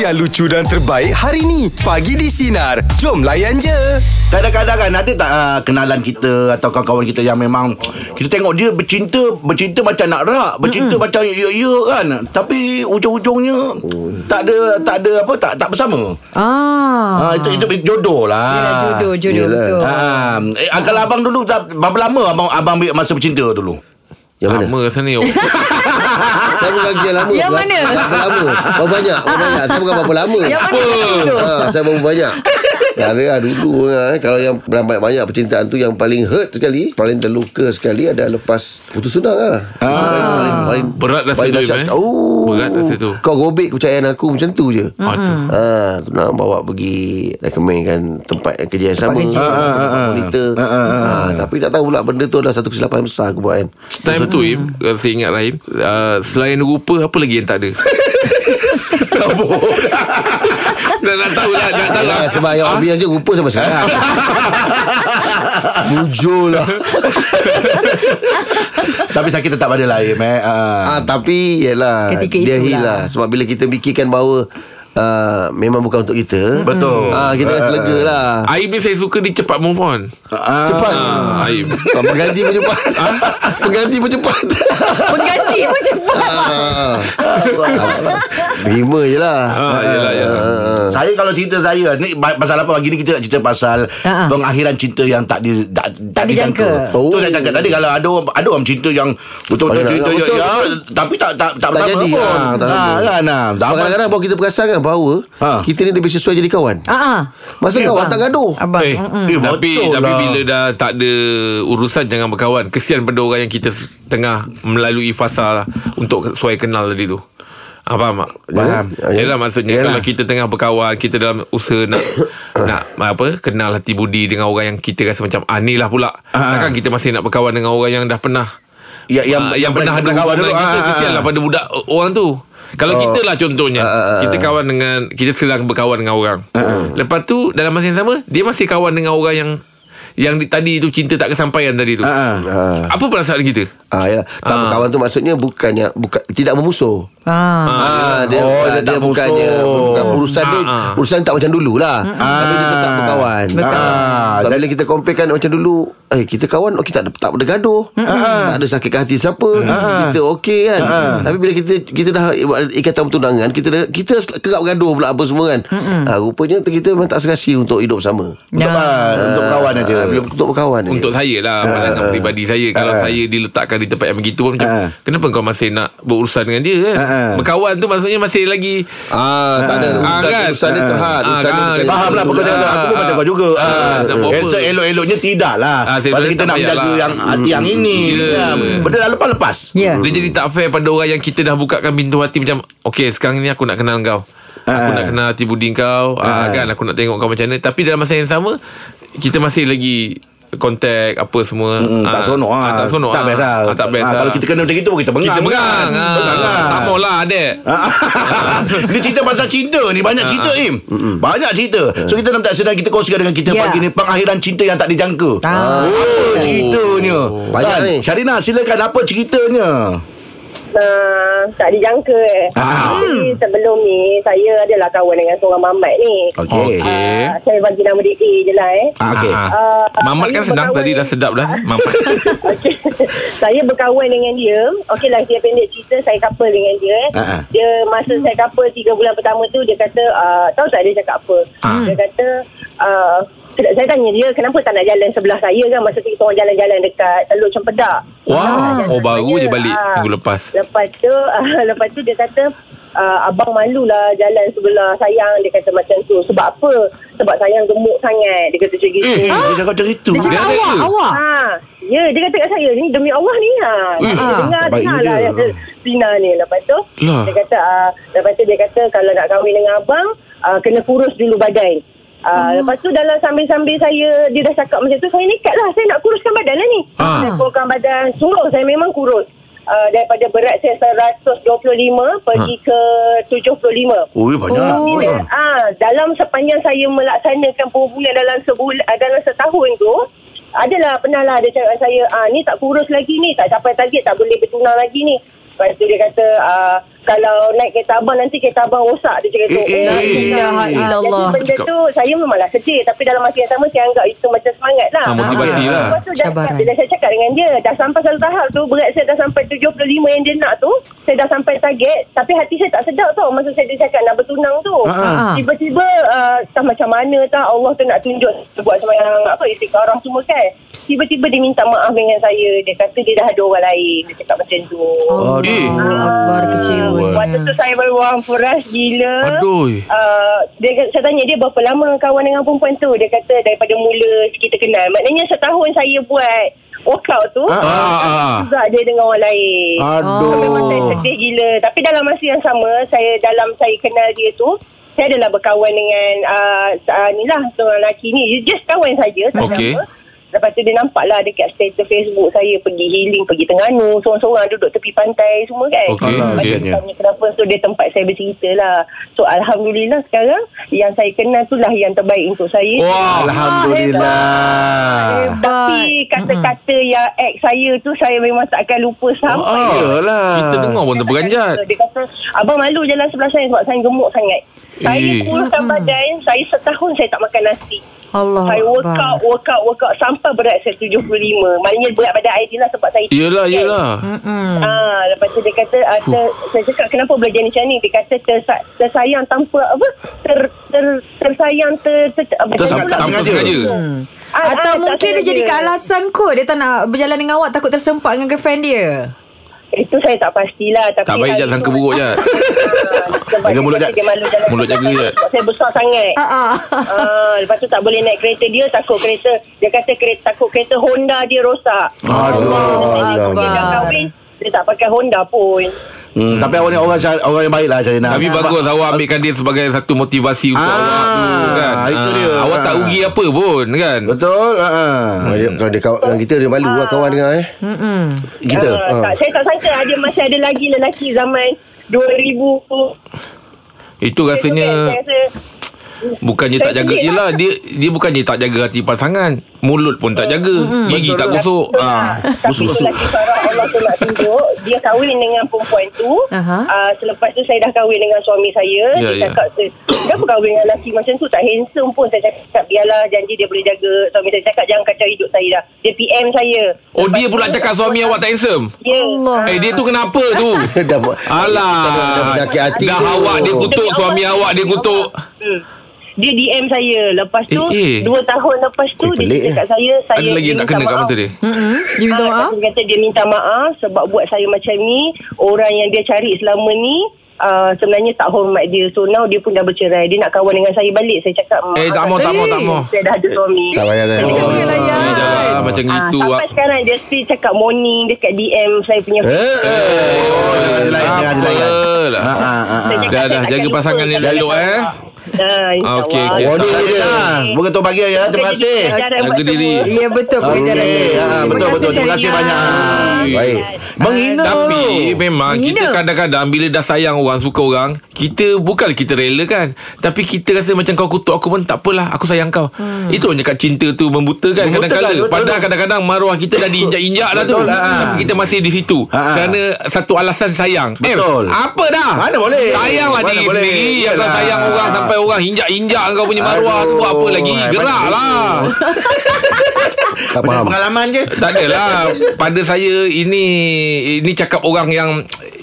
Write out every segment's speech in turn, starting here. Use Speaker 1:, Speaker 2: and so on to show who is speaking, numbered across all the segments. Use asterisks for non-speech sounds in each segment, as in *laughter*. Speaker 1: yang lucu dan terbaik hari ni. Pagi di Sinar. Jom layan je.
Speaker 2: Kadang-kadang kan ada tak uh, kenalan kita atau kawan-kawan kita yang memang kita tengok dia bercinta, bercinta macam nak rak, bercinta mm-hmm. macam ya-ya kan. Tapi ujung-ujungnya tak ada tak ada apa tak tak bersama.
Speaker 3: Ah.
Speaker 2: Ah, itu, itu itu jodoh lah.
Speaker 3: Yelah, jodoh, jodoh
Speaker 4: Yelah.
Speaker 3: betul.
Speaker 2: Ah, eh, ah, kalau abang dulu tak- berapa lama abang abang ambil masa bercinta dulu?
Speaker 4: Yang mana?
Speaker 5: Lama rasa ni oh,
Speaker 4: Saya bukan kira lama
Speaker 3: Yang
Speaker 4: Berapa-
Speaker 3: mana?
Speaker 4: Berapa lama Berapa banyak Berapa banyak Saya bukan berapa lama
Speaker 3: Yang mana dulu?
Speaker 4: ha, Saya berapa banyak Ya, ada lah dulu lah, eh. Kalau yang banyak-banyak percintaan tu Yang paling hurt sekali Paling terluka sekali Ada lepas putus tunang lah ah. paling, paling,
Speaker 5: Berat rasa
Speaker 4: paling
Speaker 5: tu,
Speaker 4: dahsyat
Speaker 5: Im, eh?
Speaker 4: sekali. oh,
Speaker 5: Berat rasa tu.
Speaker 4: Kau robek kepercayaan aku macam tu je
Speaker 5: Aduh.
Speaker 4: Ha, tu nak bawa pergi Recommend kan Tempat kerja yang sama
Speaker 3: kerja.
Speaker 5: Ah,
Speaker 4: Ha, ha, ha, ha. Monitor ha, ha, ha, ha. Tapi tak tahu pula Benda tu adalah satu kesilapan besar aku buat kan
Speaker 5: Time tu Im Kalau saya ingat Rahim uh, Selain rupa Apa lagi yang tak ada Dah *laughs* nak tahu lah Nak tahu lah
Speaker 4: Yalah, Ya, sebab yang obvious je rupa sampai
Speaker 3: *laughs*
Speaker 4: sekarang. Mujur lah.
Speaker 2: *laughs* Tapi sakit tetap ada lah ya, eh. Ah.
Speaker 4: Ah, tapi yalah
Speaker 3: Ketika
Speaker 4: dia
Speaker 3: itulah.
Speaker 4: hilang sebab bila kita fikirkan bahawa Uh, memang bukan untuk kita
Speaker 2: Betul.
Speaker 4: Ah Kita akan lega
Speaker 5: Eh. *laughs*
Speaker 4: lah
Speaker 5: Aim ni saya suka Dia cepat move on
Speaker 2: Ah.
Speaker 4: Cepat
Speaker 5: ah, Aim
Speaker 4: Ah, Pengganti pun
Speaker 5: *laughs*
Speaker 4: cepat Pengganti pun cepat
Speaker 3: Pengganti pun cepat.
Speaker 4: Ah. Terima je lah
Speaker 5: ah, Yelah yelah
Speaker 4: Ah.
Speaker 2: Saya kalau cerita saya ni ba- pasal apa pagi ni kita nak cerita pasal
Speaker 3: Ha-ha.
Speaker 2: uh pengakhiran cinta yang tak di tak, tak,
Speaker 3: dijangka.
Speaker 2: Oh. Tu
Speaker 4: Oh.
Speaker 2: saya cakap tadi kalau ada orang ada orang cinta yang betul-betul
Speaker 4: Padahal
Speaker 2: cinta
Speaker 4: nak-
Speaker 2: ya,
Speaker 4: betul,
Speaker 2: ya
Speaker 4: betul.
Speaker 2: tapi tak tak tak,
Speaker 4: Tak jadi,
Speaker 2: pun.
Speaker 4: ah, tak
Speaker 2: Ha,
Speaker 4: apa.
Speaker 2: kan ah.
Speaker 4: Sebab kadang-kadang bahawa kita perasan kan bahawa
Speaker 2: Ha.
Speaker 4: Kita ni lebih sesuai jadi kawan
Speaker 3: Ah. ah.
Speaker 4: Masa kawan tak gaduh
Speaker 3: Abang.
Speaker 5: Eh,
Speaker 3: Mm-mm.
Speaker 2: Eh,
Speaker 5: tapi
Speaker 2: betul
Speaker 5: tapi
Speaker 2: lah.
Speaker 5: bila dah tak ada urusan jangan berkawan. Kesian pada orang yang kita s- tengah melalui fasa lah untuk suai kenal tadi tu. Ha, faham tak? Ya,
Speaker 4: Faham.
Speaker 5: Yalah maksudnya
Speaker 4: Yalah.
Speaker 5: Yalah. kalau kita tengah berkawan, kita dalam usaha nak nak apa? Kenal hati budi dengan orang yang kita rasa macam ah ni lah pula. Takkan kita masih nak berkawan dengan orang yang dah pernah
Speaker 2: Ya, yang,
Speaker 5: Ah, yang pernah ada
Speaker 2: kawan
Speaker 5: kawan
Speaker 2: dulu.
Speaker 5: kita
Speaker 2: Ah, ah,
Speaker 5: kesianlah
Speaker 2: ah.
Speaker 5: pada budak o- orang tu. Kalau
Speaker 4: Oh.
Speaker 5: kita lah contohnya
Speaker 4: Ah, ah, ah.
Speaker 5: Kita kawan dengan Kita sedang berkawan dengan orang
Speaker 2: Ah,
Speaker 5: Lepas tu Dalam masa yang sama Dia masih kawan dengan orang yang Yang di, tadi tu Cinta tak kesampaian tadi tu
Speaker 2: Ah,
Speaker 4: Ah.
Speaker 5: Apa perasaan kita?
Speaker 4: Ah ya, tak
Speaker 5: Ah.
Speaker 4: berkawan tu maksudnya bukannya bukan tidak memusuh.
Speaker 3: Ah.
Speaker 4: Ah, dia,
Speaker 2: Oh,
Speaker 4: oh,
Speaker 2: dia
Speaker 4: dia,
Speaker 2: tak
Speaker 4: dia bukannya
Speaker 2: musuh.
Speaker 4: bukan urusan dia
Speaker 5: Ah, ah.
Speaker 4: urusan tak macam dululah. Ah. Tapi dia tetap berkawan.
Speaker 3: Betul.
Speaker 4: Ah. Sebab bila kita comparekan macam dulu, eh kita kawan okey tak ada tak ada gaduh. Tak ada sakit hati siapa. Ah, Kita okey kan. Tapi bila kita kita dah buat ikatan pertunangan, kita dah, kita kerap gaduh pula apa semua kan. Ah, rupanya kita memang tak serasi untuk hidup sama.
Speaker 3: Ya.
Speaker 2: Untuk, ah, untuk kawan aja.
Speaker 4: Ah, bila- untuk berkawan. aja.
Speaker 5: Untuk saya lah Pandangan peribadi saya Kalau saya diletakkan di tempat yang begitu pun
Speaker 2: Ah.
Speaker 5: Macam Kenapa kau masih nak Berurusan dengan dia kan
Speaker 2: Ah.
Speaker 5: Berkawan tu maksudnya Masih lagi
Speaker 4: Ah, tak ada urusan,
Speaker 5: Ah, kan?
Speaker 4: urusan dia
Speaker 5: Ah.
Speaker 4: terhad.
Speaker 5: Ah,
Speaker 4: urusan dia
Speaker 5: kan?
Speaker 4: bukan-
Speaker 2: Faham lah pokoknya
Speaker 5: Ah,
Speaker 2: Aku pun
Speaker 5: ah,
Speaker 2: macam kau juga
Speaker 5: ah, tak apa-apa.
Speaker 2: Elok eloknya tidak
Speaker 5: Ah,
Speaker 2: lah
Speaker 5: saya
Speaker 2: Pasal
Speaker 5: tak
Speaker 2: kita nak
Speaker 5: payah
Speaker 2: menjaga
Speaker 5: lah.
Speaker 2: yang Hati yang ini
Speaker 5: Ya.
Speaker 2: Ya, Benda dah lepas-lepas
Speaker 3: Ya.
Speaker 5: Dia jadi tak fair pada orang yang kita dah bukakan pintu hati macam Okay sekarang ni aku nak kenal kau Aku
Speaker 2: Ah.
Speaker 5: nak kenal hati budi kau ah, kan Aku nak tengok kau macam mana Tapi dalam masa yang sama Kita masih lagi kontak apa semua
Speaker 2: Hmm, tak seronok ah.
Speaker 5: Tak seronok
Speaker 2: Tak
Speaker 5: ah.
Speaker 2: best lah.
Speaker 5: Ah, Tak best
Speaker 2: Ah,
Speaker 5: lah.
Speaker 2: Kalau kita kena macam gitu pun kita bengang.
Speaker 5: Kita pegang
Speaker 2: kan?
Speaker 5: ah.
Speaker 2: Bengang kan?
Speaker 5: Tak maulah adek
Speaker 2: *laughs* Ah. Ni cerita pasal cinta ni Banyak
Speaker 5: Ah,
Speaker 2: cerita Im Banyak cerita
Speaker 4: Ah.
Speaker 2: So kita nak tak sedang Kita kongsikan dengan kita
Speaker 3: Ya.
Speaker 2: pagi ni Pengakhiran cinta yang tak dijangka
Speaker 3: Ah.
Speaker 2: Oh ceritanya
Speaker 5: Oh.
Speaker 4: Banyak
Speaker 2: Kan?
Speaker 4: ni.
Speaker 2: Syarina silakan Apa ceritanya
Speaker 6: Uh, tak dijangka eh.
Speaker 2: Ah.
Speaker 6: Jadi sebelum ni saya adalah kawan dengan seorang mamat ni.
Speaker 2: Okey.
Speaker 5: Okey.
Speaker 6: Uh, saya bagi nama dia A je lah eh.
Speaker 2: Ah, Okey
Speaker 5: Ah,
Speaker 6: Ah,
Speaker 5: Mamat kan
Speaker 6: saya
Speaker 5: sedap
Speaker 6: berkawan-
Speaker 5: tadi dah sedap dah Mamat
Speaker 6: Okey. *laughs* saya berkawan dengan dia. Okey lah dia pendek cerita saya couple dengan dia eh.
Speaker 2: Ha, ha.
Speaker 6: Dia masa saya couple 3 bulan pertama tu dia kata uh, tahu tak dia cakap apa?
Speaker 5: Ah.
Speaker 6: Dia kata uh, saya tanya dia kenapa tak nak jalan sebelah saya kan masa tu kita orang jalan-jalan dekat Teluk Cempedak. Ah,
Speaker 5: Wah
Speaker 6: jalan
Speaker 5: Oh baru
Speaker 6: saya,
Speaker 5: je balik
Speaker 6: ah.
Speaker 5: Minggu lepas
Speaker 6: Lepas tu uh, *laughs* Lepas tu dia kata uh, Abang malulah jalan sebelah sayang Dia kata macam tu Sebab apa? Sebab sayang gemuk sangat Dia kata macam gitu
Speaker 2: Eh dia cakap macam itu
Speaker 3: Dia cakap
Speaker 5: ada
Speaker 3: awak,
Speaker 5: ke?
Speaker 3: awak.
Speaker 6: Ha, ya dia kata kat saya ni demi Allah ni ha.
Speaker 5: Uish,
Speaker 6: Ha, dengar
Speaker 2: terbaiknya
Speaker 6: dengar lah
Speaker 2: dia.
Speaker 6: dia. Sina ni lepas tu
Speaker 5: Lah.
Speaker 6: dia kata uh, lepas tu dia kata kalau nak kahwin dengan abang uh, kena kurus dulu badan. Uh, Lepas tu dalam sambil-sambil saya Dia dah cakap macam tu Saya nekat lah Saya nak kuruskan badan lah ni
Speaker 5: Ah.
Speaker 6: Saya kuruskan badan Suruh saya memang kurus uh, Daripada berat saya 125 Pergi ke 75
Speaker 2: Ui banyak
Speaker 3: Oh,
Speaker 6: Ya,
Speaker 3: ya.
Speaker 6: ah dalam sepanjang saya melaksanakan perhubungan dalam sebulan ah, dalam setahun tu adalah pernah lah dia cakap dengan saya ah ni tak kurus lagi ni tak capai target tak boleh bertunang lagi ni Lepas tu dia kata uh, kalau naik kereta abang nanti kereta abang rosak dia cakap tu. Ah, ya,
Speaker 2: Eh, eh,
Speaker 3: La
Speaker 2: eh,
Speaker 3: ilaha
Speaker 2: eh.
Speaker 3: illallah.
Speaker 6: Jadi benda tu saya memanglah sedih tapi dalam masa yang sama saya anggap itu macam semangat lah.
Speaker 5: Ah, motivasi
Speaker 6: Ah.
Speaker 5: lah.
Speaker 6: Lepas tu dah,
Speaker 3: Cabaran.
Speaker 6: bila saya cakap dengan dia dah sampai satu tahap tu berat saya dah sampai 75 yang dia nak tu saya dah sampai target tapi hati saya tak sedap tau masa saya dia cakap nak bertunang tu.
Speaker 2: Ah.
Speaker 6: Tiba-tiba uh, tak macam mana tak Allah tu nak tunjuk saya buat semayang apa istikharah semua kan. Tiba-tiba dia minta maaf dengan saya. Dia kata dia dah ada orang lain. Dia cakap macam tu. Ah,
Speaker 2: Adik.
Speaker 3: Allah Akbar
Speaker 6: Waktu
Speaker 3: kecewanya.
Speaker 6: tu saya baru hampuras gila.
Speaker 5: Aduh.
Speaker 6: Uh, dia, kata- saya tanya dia berapa lama kawan dengan perempuan tu. Dia kata daripada mula kita kenal. Maknanya setahun saya buat workout tu.
Speaker 5: Ah, ah, ah.
Speaker 6: Juga dia dengan orang lain. So, memang
Speaker 5: Oh.
Speaker 6: saya
Speaker 2: Aduh.
Speaker 6: sedih gila. Tapi dalam masa yang sama, saya dalam saya kenal dia tu, saya adalah berkawan dengan uh, uh, ni lah seorang lelaki ni. Dia just kawan saja. tak ada
Speaker 5: Okey.
Speaker 6: apa. Lepas tu dia nampak lah dekat status Facebook saya pergi healing, pergi Tengganu, seorang-seorang duduk tepi pantai semua kan.
Speaker 5: Okey,
Speaker 6: Lepas tu
Speaker 5: okey.
Speaker 6: dia tanya kenapa, so dia tempat saya bercerita lah. So Alhamdulillah sekarang, yang saya kenal tu lah yang terbaik untuk saya.
Speaker 5: Wow.
Speaker 2: Alhamdulillah.
Speaker 6: Tapi kata-kata yang ex saya tu saya memang tak akan lupa sampai
Speaker 5: Ah.
Speaker 2: Yalah.
Speaker 5: Kita dengar pun terperanjat.
Speaker 6: Dia kata Abang malu jalan sebelah saya Sebab saya gemuk sangat Saya
Speaker 5: Eh.
Speaker 6: kuruskan badan Saya setahun saya tak makan nasi
Speaker 3: Allah
Speaker 6: Saya
Speaker 3: Akbar.
Speaker 6: workout Workout Workout Sampai berat saya 75 Maknanya berat badan saya lah Sebab saya
Speaker 5: Yelah, yelah.
Speaker 3: Mm-mm.
Speaker 6: Ah, lepas tu dia kata ah, ter, saya cakap kenapa boleh jadi macam ni dia kata tersa, tersayang tanpa apa ter, ter tersayang ter, ter, ter apa,
Speaker 2: Tersengat-
Speaker 6: tanpa-
Speaker 2: tak
Speaker 5: Tanpa
Speaker 2: sengaja.
Speaker 5: sengaja.
Speaker 6: Ah, ah,
Speaker 3: Atau
Speaker 6: tak
Speaker 3: mungkin dia
Speaker 6: sengaja.
Speaker 3: jadikan alasan kot Dia tak nak berjalan dengan awak Takut tersempat dengan girlfriend dia
Speaker 6: Itu saya tak pastilah tapi
Speaker 5: Tak baik
Speaker 6: hari
Speaker 5: Jad
Speaker 6: tu-
Speaker 5: sangka
Speaker 6: *laughs*
Speaker 5: buruk Jad.
Speaker 6: Sebab
Speaker 2: Jaga
Speaker 6: dia
Speaker 2: mulut,
Speaker 6: kata
Speaker 2: Jad.
Speaker 6: dia malu jalan
Speaker 5: Mulut jaga, Jad.
Speaker 6: Sebab Saya besar sangat
Speaker 3: Ah, ah.
Speaker 6: Ah, lepas tu tak boleh naik kereta dia takut kereta dia kata kereta takut kereta Honda dia rosak.
Speaker 4: Ah,
Speaker 6: Dia
Speaker 2: Aduh.
Speaker 6: dah
Speaker 3: Ah.
Speaker 6: kahwin dia tak pakai Honda pun.
Speaker 2: Hmm, tapi awak ni orang orang yang baiklah Syarina.
Speaker 5: Tapi bagus awak ambilkan dia sebagai satu motivasi untuk
Speaker 2: Ah,
Speaker 5: awak tu kan.
Speaker 2: itu
Speaker 5: Ah,
Speaker 2: dia.
Speaker 5: Awak tak rugi apa pun kan.
Speaker 2: Betul. Ha.
Speaker 4: Kalau dia, kalau dia kawan dengan kita Dia malu lah kawan dengan eh
Speaker 3: Mm-mm.
Speaker 4: Kita
Speaker 6: Ah,
Speaker 4: ha.
Speaker 6: tak, saya tak sangka ada masih ada lagi lelaki zaman 2000
Speaker 5: Itu rasanya
Speaker 6: Saya rasa-
Speaker 5: bukannya
Speaker 6: saya
Speaker 5: tak jaga
Speaker 6: sedih lah.
Speaker 5: Yelah dia dia bukannya tak jaga hati pasangan, mulut pun tak jaga, gigi tak gosok. Ah.
Speaker 6: Tapi tu lagi cara Allah tu nak tunjuk Dia kahwin dengan perempuan tu
Speaker 3: Aha.
Speaker 6: uh, Selepas tu saya dah kahwin dengan suami saya
Speaker 5: Ya,
Speaker 6: Dia
Speaker 5: ya.
Speaker 6: cakap saya, Kenapa kahwin dengan lelaki macam tu Tak handsome pun Saya cakap biarlah janji dia boleh jaga Suami saya cakap jangan kacau hidup saya dah Dia PM saya
Speaker 5: Oh
Speaker 6: Lepas
Speaker 5: dia
Speaker 6: tu,
Speaker 5: pula cakap suami awak tak handsome.
Speaker 6: Ya
Speaker 3: Allah.
Speaker 5: Eh dia tu kenapa *laughs* tu?
Speaker 4: Dah buat Dah
Speaker 5: Alah.
Speaker 4: sakit
Speaker 6: Ah,
Speaker 4: hati
Speaker 5: Dah
Speaker 4: tu.
Speaker 5: awak dia kutuk
Speaker 6: Demi
Speaker 5: suami
Speaker 6: Allah.
Speaker 5: awak dia kutuk.
Speaker 6: Hmm. Dia DM saya Lepas tu
Speaker 5: Eh, eh.
Speaker 6: Dua tahun lepas tu
Speaker 4: Eh,
Speaker 6: Dia
Speaker 4: pelik,
Speaker 6: cakap kat saya, saya
Speaker 5: Ada lagi
Speaker 6: dia
Speaker 5: yang tak
Speaker 6: minta
Speaker 5: kena kat
Speaker 6: maaf.
Speaker 5: mata dia.
Speaker 3: Mm-mm. Dia minta
Speaker 6: Ah, lepas
Speaker 3: maaf
Speaker 6: tu Dia kata dia minta maaf sebab buat saya macam ni, orang yang dia cari selama ni Uh, sebenarnya tak hormat dia So now dia pun dah bercerai Dia nak kawan dengan saya balik Saya cakap
Speaker 5: Eh tak
Speaker 6: maaf,
Speaker 5: mau tak mau tak
Speaker 3: Eh.
Speaker 5: mau.
Speaker 6: Saya dah ada suami
Speaker 4: Tak payah dah
Speaker 6: Saya
Speaker 5: Oh,
Speaker 6: cakap,
Speaker 3: Yelah, ya.
Speaker 5: eh, jangan macam
Speaker 6: ah,
Speaker 5: itu.
Speaker 6: Sampai sekarang dia still cakap morning Dekat DM saya punya
Speaker 4: Eh, eh.
Speaker 5: Oh,
Speaker 2: Ada lain, ada lain.
Speaker 5: Apalah.
Speaker 2: Ha, ha, ha,
Speaker 6: Saya cakap,
Speaker 2: ha.
Speaker 5: eh, Dah,
Speaker 6: saya
Speaker 5: dah,
Speaker 6: tak
Speaker 5: jaga
Speaker 6: akan
Speaker 5: pasangan
Speaker 6: lupa.
Speaker 5: yang elok, eh.
Speaker 6: Ah, insyaAllah.
Speaker 5: Okey, okey.
Speaker 2: Warning Oh, dia. Bukan tu bahagia ya.
Speaker 6: Jadi,
Speaker 2: Terima kasih.
Speaker 6: pelajaran
Speaker 5: Jaga
Speaker 6: buat
Speaker 5: diri.
Speaker 6: semua.
Speaker 3: Ya betul
Speaker 2: Okey.
Speaker 3: pengajaran dia. Terima kasih,
Speaker 2: Ha, betul
Speaker 3: Ah,
Speaker 2: betul. Terima kasih
Speaker 3: Syarina.
Speaker 2: banyak.
Speaker 4: Baik
Speaker 6: Ah,
Speaker 2: Menghina
Speaker 5: Tapi
Speaker 2: tu.
Speaker 5: memang
Speaker 3: Menghina.
Speaker 5: kita kadang-kadang bila dah sayang orang suka orang, kita bukan kita rela kan. Tapi kita rasa macam kau kutuk aku pun tak apalah, aku sayang kau. Hmm. Itu orang cakap cinta tu membutakan
Speaker 2: Membutakan,
Speaker 5: kadang-kala.
Speaker 2: kan, betul,
Speaker 5: Padahal
Speaker 2: betul.
Speaker 5: kadang-kadang maruah kita
Speaker 2: *coughs*
Speaker 5: dah diinjak-injak dah tu.
Speaker 2: Betul, ha.
Speaker 5: Tapi kita masih di situ.
Speaker 2: Ha, ha.
Speaker 5: Kerana satu alasan sayang. Eh,
Speaker 2: Betul.
Speaker 5: apa dah?
Speaker 2: Mana boleh?
Speaker 5: Sayanglah
Speaker 2: Mana
Speaker 5: diri
Speaker 2: boleh?
Speaker 5: sendiri. Yang kau
Speaker 2: Yalah.
Speaker 5: sayang orang sampai orang injak-injak kau punya maruah tu buat apa
Speaker 2: Aduh,
Speaker 5: lagi?
Speaker 2: banyak
Speaker 5: Geraklah.
Speaker 2: duit. Macam
Speaker 4: Tak faham
Speaker 2: Pengalaman je.
Speaker 5: Tak adalah pada saya ini ini cakap orang yang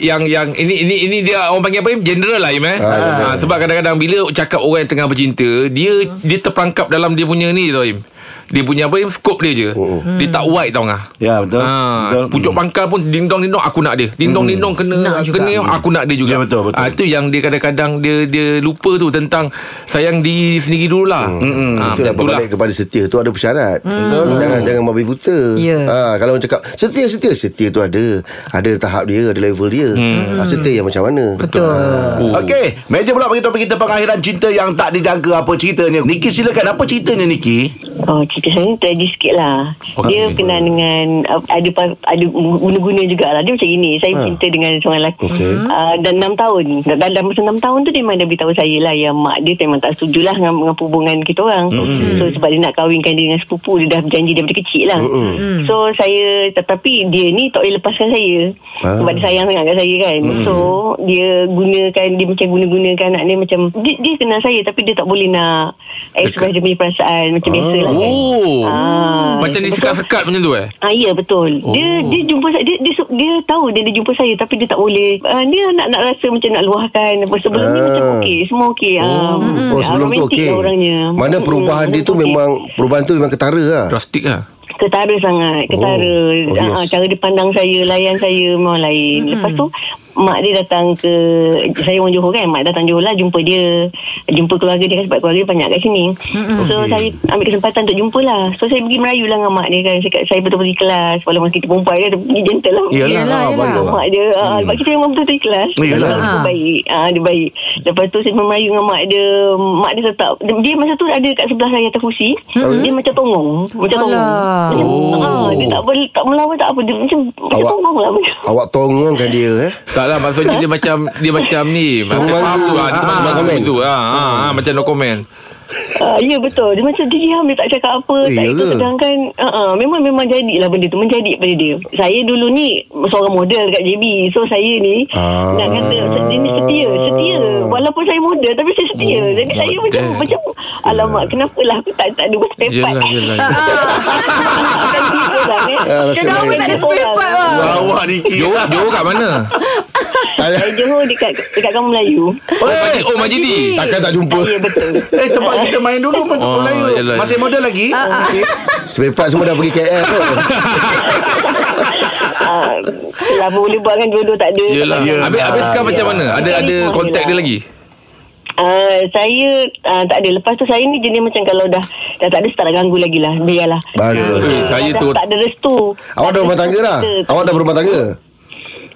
Speaker 5: yang yang ini ini ini dia orang panggil apa Im? General lah Im eh.
Speaker 4: Ah,
Speaker 5: Ha, sebab kadang-kadang bila cakap orang yang tengah bercinta, dia dia terperangkap dalam dia punya ni tau Im. Dia punya apa Im skop dia je. Dia
Speaker 3: Hmm.
Speaker 5: tak wide tau ngah.
Speaker 2: Ya betul. Betul.
Speaker 5: Ha, pucuk pangkal pun dindong dindong aku nak dia. Dindong dindong kena
Speaker 3: Nak juga.
Speaker 5: kena aku nak dia juga.
Speaker 2: Ya, betul, betul.
Speaker 5: Ha, tu yang dia kadang-kadang dia dia lupa tu tentang sayang diri sendiri dululah. Hmm. Ha,
Speaker 4: Itulah
Speaker 5: betul lah.
Speaker 4: berbalik kepada setia tu ada persyarat. Hmm. Jangan jangan babi buta.
Speaker 3: Ya.
Speaker 4: Ha, kalau orang cakap setia setia setia tu ada ada tahap dia, ada level dia. Hmm. Ha, setia yang macam mana? Ah.
Speaker 3: Betul
Speaker 5: Oh.
Speaker 2: Okey, meja pula bagi topik kita pengakhiran cinta yang tak dijaga apa ceritanya. Niki silakan apa ceritanya Niki?
Speaker 7: Oh, cerita saya ni tragis sikit lah.
Speaker 5: Okey.
Speaker 7: Okay. Dia kenal dengan, uh, ada pa- ada guna-guna jugalah. Dia macam ini, saya ha. cinta dengan seorang lelaki.
Speaker 4: Ah. Okey.
Speaker 7: Uh, dan 6 tahun. Dan dalam masa 6 tahun tu, dia memang dah beritahu saya lah yang mak dia memang tak setuju lah dengan, dengan hubungan kita orang.
Speaker 4: Hmm.
Speaker 7: Okay. So, sebab dia nak kahwinkan dia dengan sepupu, dia dah berjanji daripada kecil lah.
Speaker 4: Mm-mm.
Speaker 7: So, saya, tetapi dia ni tak boleh lepaskan saya.
Speaker 4: Ah.
Speaker 7: Sebab dia sayang sangat kat saya kan.
Speaker 4: Hmm.
Speaker 7: So, dia gunakan, dia macam guna-gunakan anak dia macam, dia, dia kenal saya tapi dia tak boleh nak express dia punya perasaan macam biasa lah kan.
Speaker 5: Oh.
Speaker 7: Ah,
Speaker 5: Macam ni sekat-sekat macam tu eh?
Speaker 7: Ah ya betul. Oh. Dia dia jumpa saya dia, dia su- dia tahu dia, dia jumpa saya tapi dia tak boleh. Uh, dia nak nak rasa macam nak luahkan apa sebelum ni
Speaker 4: Ah.
Speaker 7: macam okey, semua okey. Oh,
Speaker 6: Hmm.
Speaker 7: um,
Speaker 4: Oh sebelum tu okey
Speaker 7: orangnya.
Speaker 4: Mana
Speaker 7: Mm-mm,
Speaker 4: perubahan dia tu
Speaker 7: okey.
Speaker 4: memang Perubahan tu memang ketara lah
Speaker 5: Drastik lah.
Speaker 7: ketara sangat, ketara.
Speaker 4: Oh,
Speaker 7: Oh,
Speaker 4: yes.
Speaker 7: yes. cara dia pandang saya, layan saya memang lain. Mm-hmm. Lepas tu mak dia datang ke saya orang Johor kan, mak datang Johor lah jumpa dia, jumpa keluarga dia kan sebab keluarga dia banyak kat sini. Mm-hmm. So
Speaker 5: Okey.
Speaker 7: saya ambil kesempatan untuk jumpa lah. So saya pergi Melayu lah dengan mak dia kan. Saya, saya betul-betul ikhlas walaupun kita perempuan kan dia pergi gentle lah.
Speaker 4: Ya,
Speaker 2: Yelah,
Speaker 3: Yelah,
Speaker 2: ah,
Speaker 3: yelah.
Speaker 2: baik.
Speaker 7: Mak dia hmm. Sebab kita memang betul-betul ikhlas
Speaker 2: Yelah.
Speaker 7: Sebab Dia
Speaker 3: Ha.
Speaker 7: baik ah, Dia baik Lepas tu saya merayu dengan mak dia Mak dia tetap Dia, dia masa tu ada kat sebelah saya atas kursi hmm. Dia macam tongong Macam tongong
Speaker 3: Alah.
Speaker 7: macam,
Speaker 5: Oh.
Speaker 7: ah, Dia tak, ber, tak melawan tak apa Dia macam, macam
Speaker 4: Awak-
Speaker 7: tongong lah macam.
Speaker 4: Awak tongongkan dia eh
Speaker 5: Tak lah maksudnya dia macam Dia macam ni Macam
Speaker 4: Teman
Speaker 5: faham
Speaker 4: tu.
Speaker 5: tu ah, Dia
Speaker 4: Ah,
Speaker 5: macam
Speaker 4: ah,
Speaker 5: komen
Speaker 4: komen.
Speaker 5: tu ah, ah, ah, Macam no comment
Speaker 7: Ah, ya betul Dia macam dia diam Dia tak cakap apa tak
Speaker 4: Eh, ya
Speaker 7: itu
Speaker 4: ke?
Speaker 7: Sedangkan uh, uh, Memang memang jadilah benda tu Menjadi pada dia Saya dulu ni Seorang model kat JB So saya ni
Speaker 4: Ah.
Speaker 7: Nak kata macam Dia ni setia Setia Walaupun saya model Tapi saya setia
Speaker 5: Oh,
Speaker 7: Jadi saya macam
Speaker 5: model.
Speaker 7: Macam Alamak kenapalah Aku tak, tak ada spare part *laughs*
Speaker 5: Yelah yelah
Speaker 7: Bukan tipu lah kan
Speaker 4: Ah, rasa
Speaker 3: ah. Kenapa
Speaker 4: lain.
Speaker 3: tak ada spare part lah
Speaker 2: Awak ni
Speaker 5: Yo, yo kat
Speaker 2: *laughs*
Speaker 5: mana?
Speaker 7: Saya Johor dekat Dekat kamu Melayu
Speaker 5: Oh, Maji, oh Majidi.
Speaker 4: Takkan tak jumpa
Speaker 7: Ya betul
Speaker 2: Eh tempat kita main dulu pun
Speaker 5: Oh,
Speaker 2: oh, Melayu
Speaker 5: yelah,
Speaker 2: Masih
Speaker 5: yelah.
Speaker 2: model lagi Okey.
Speaker 4: Spare part semua dah pergi KL tu.
Speaker 7: Ah, Selama boleh buat kan Dua-dua tak ada
Speaker 5: Yelah.
Speaker 2: Ya,
Speaker 5: Habis habis sekarang
Speaker 2: ya.
Speaker 5: macam mana? Ada ada
Speaker 7: Telefon je
Speaker 5: kontak
Speaker 7: lah.
Speaker 5: dia lagi?
Speaker 7: Uh, saya uh, tak ada lepas tu saya ni jenis macam kalau dah dah tak ada start ganggu lagi lah biarlah
Speaker 4: Bagus.
Speaker 5: Eh,
Speaker 7: Kalau
Speaker 5: saya
Speaker 7: dah
Speaker 5: tu-
Speaker 7: tak ada restu
Speaker 4: Awak dah berumah tangga dah Awak dah berumah tangga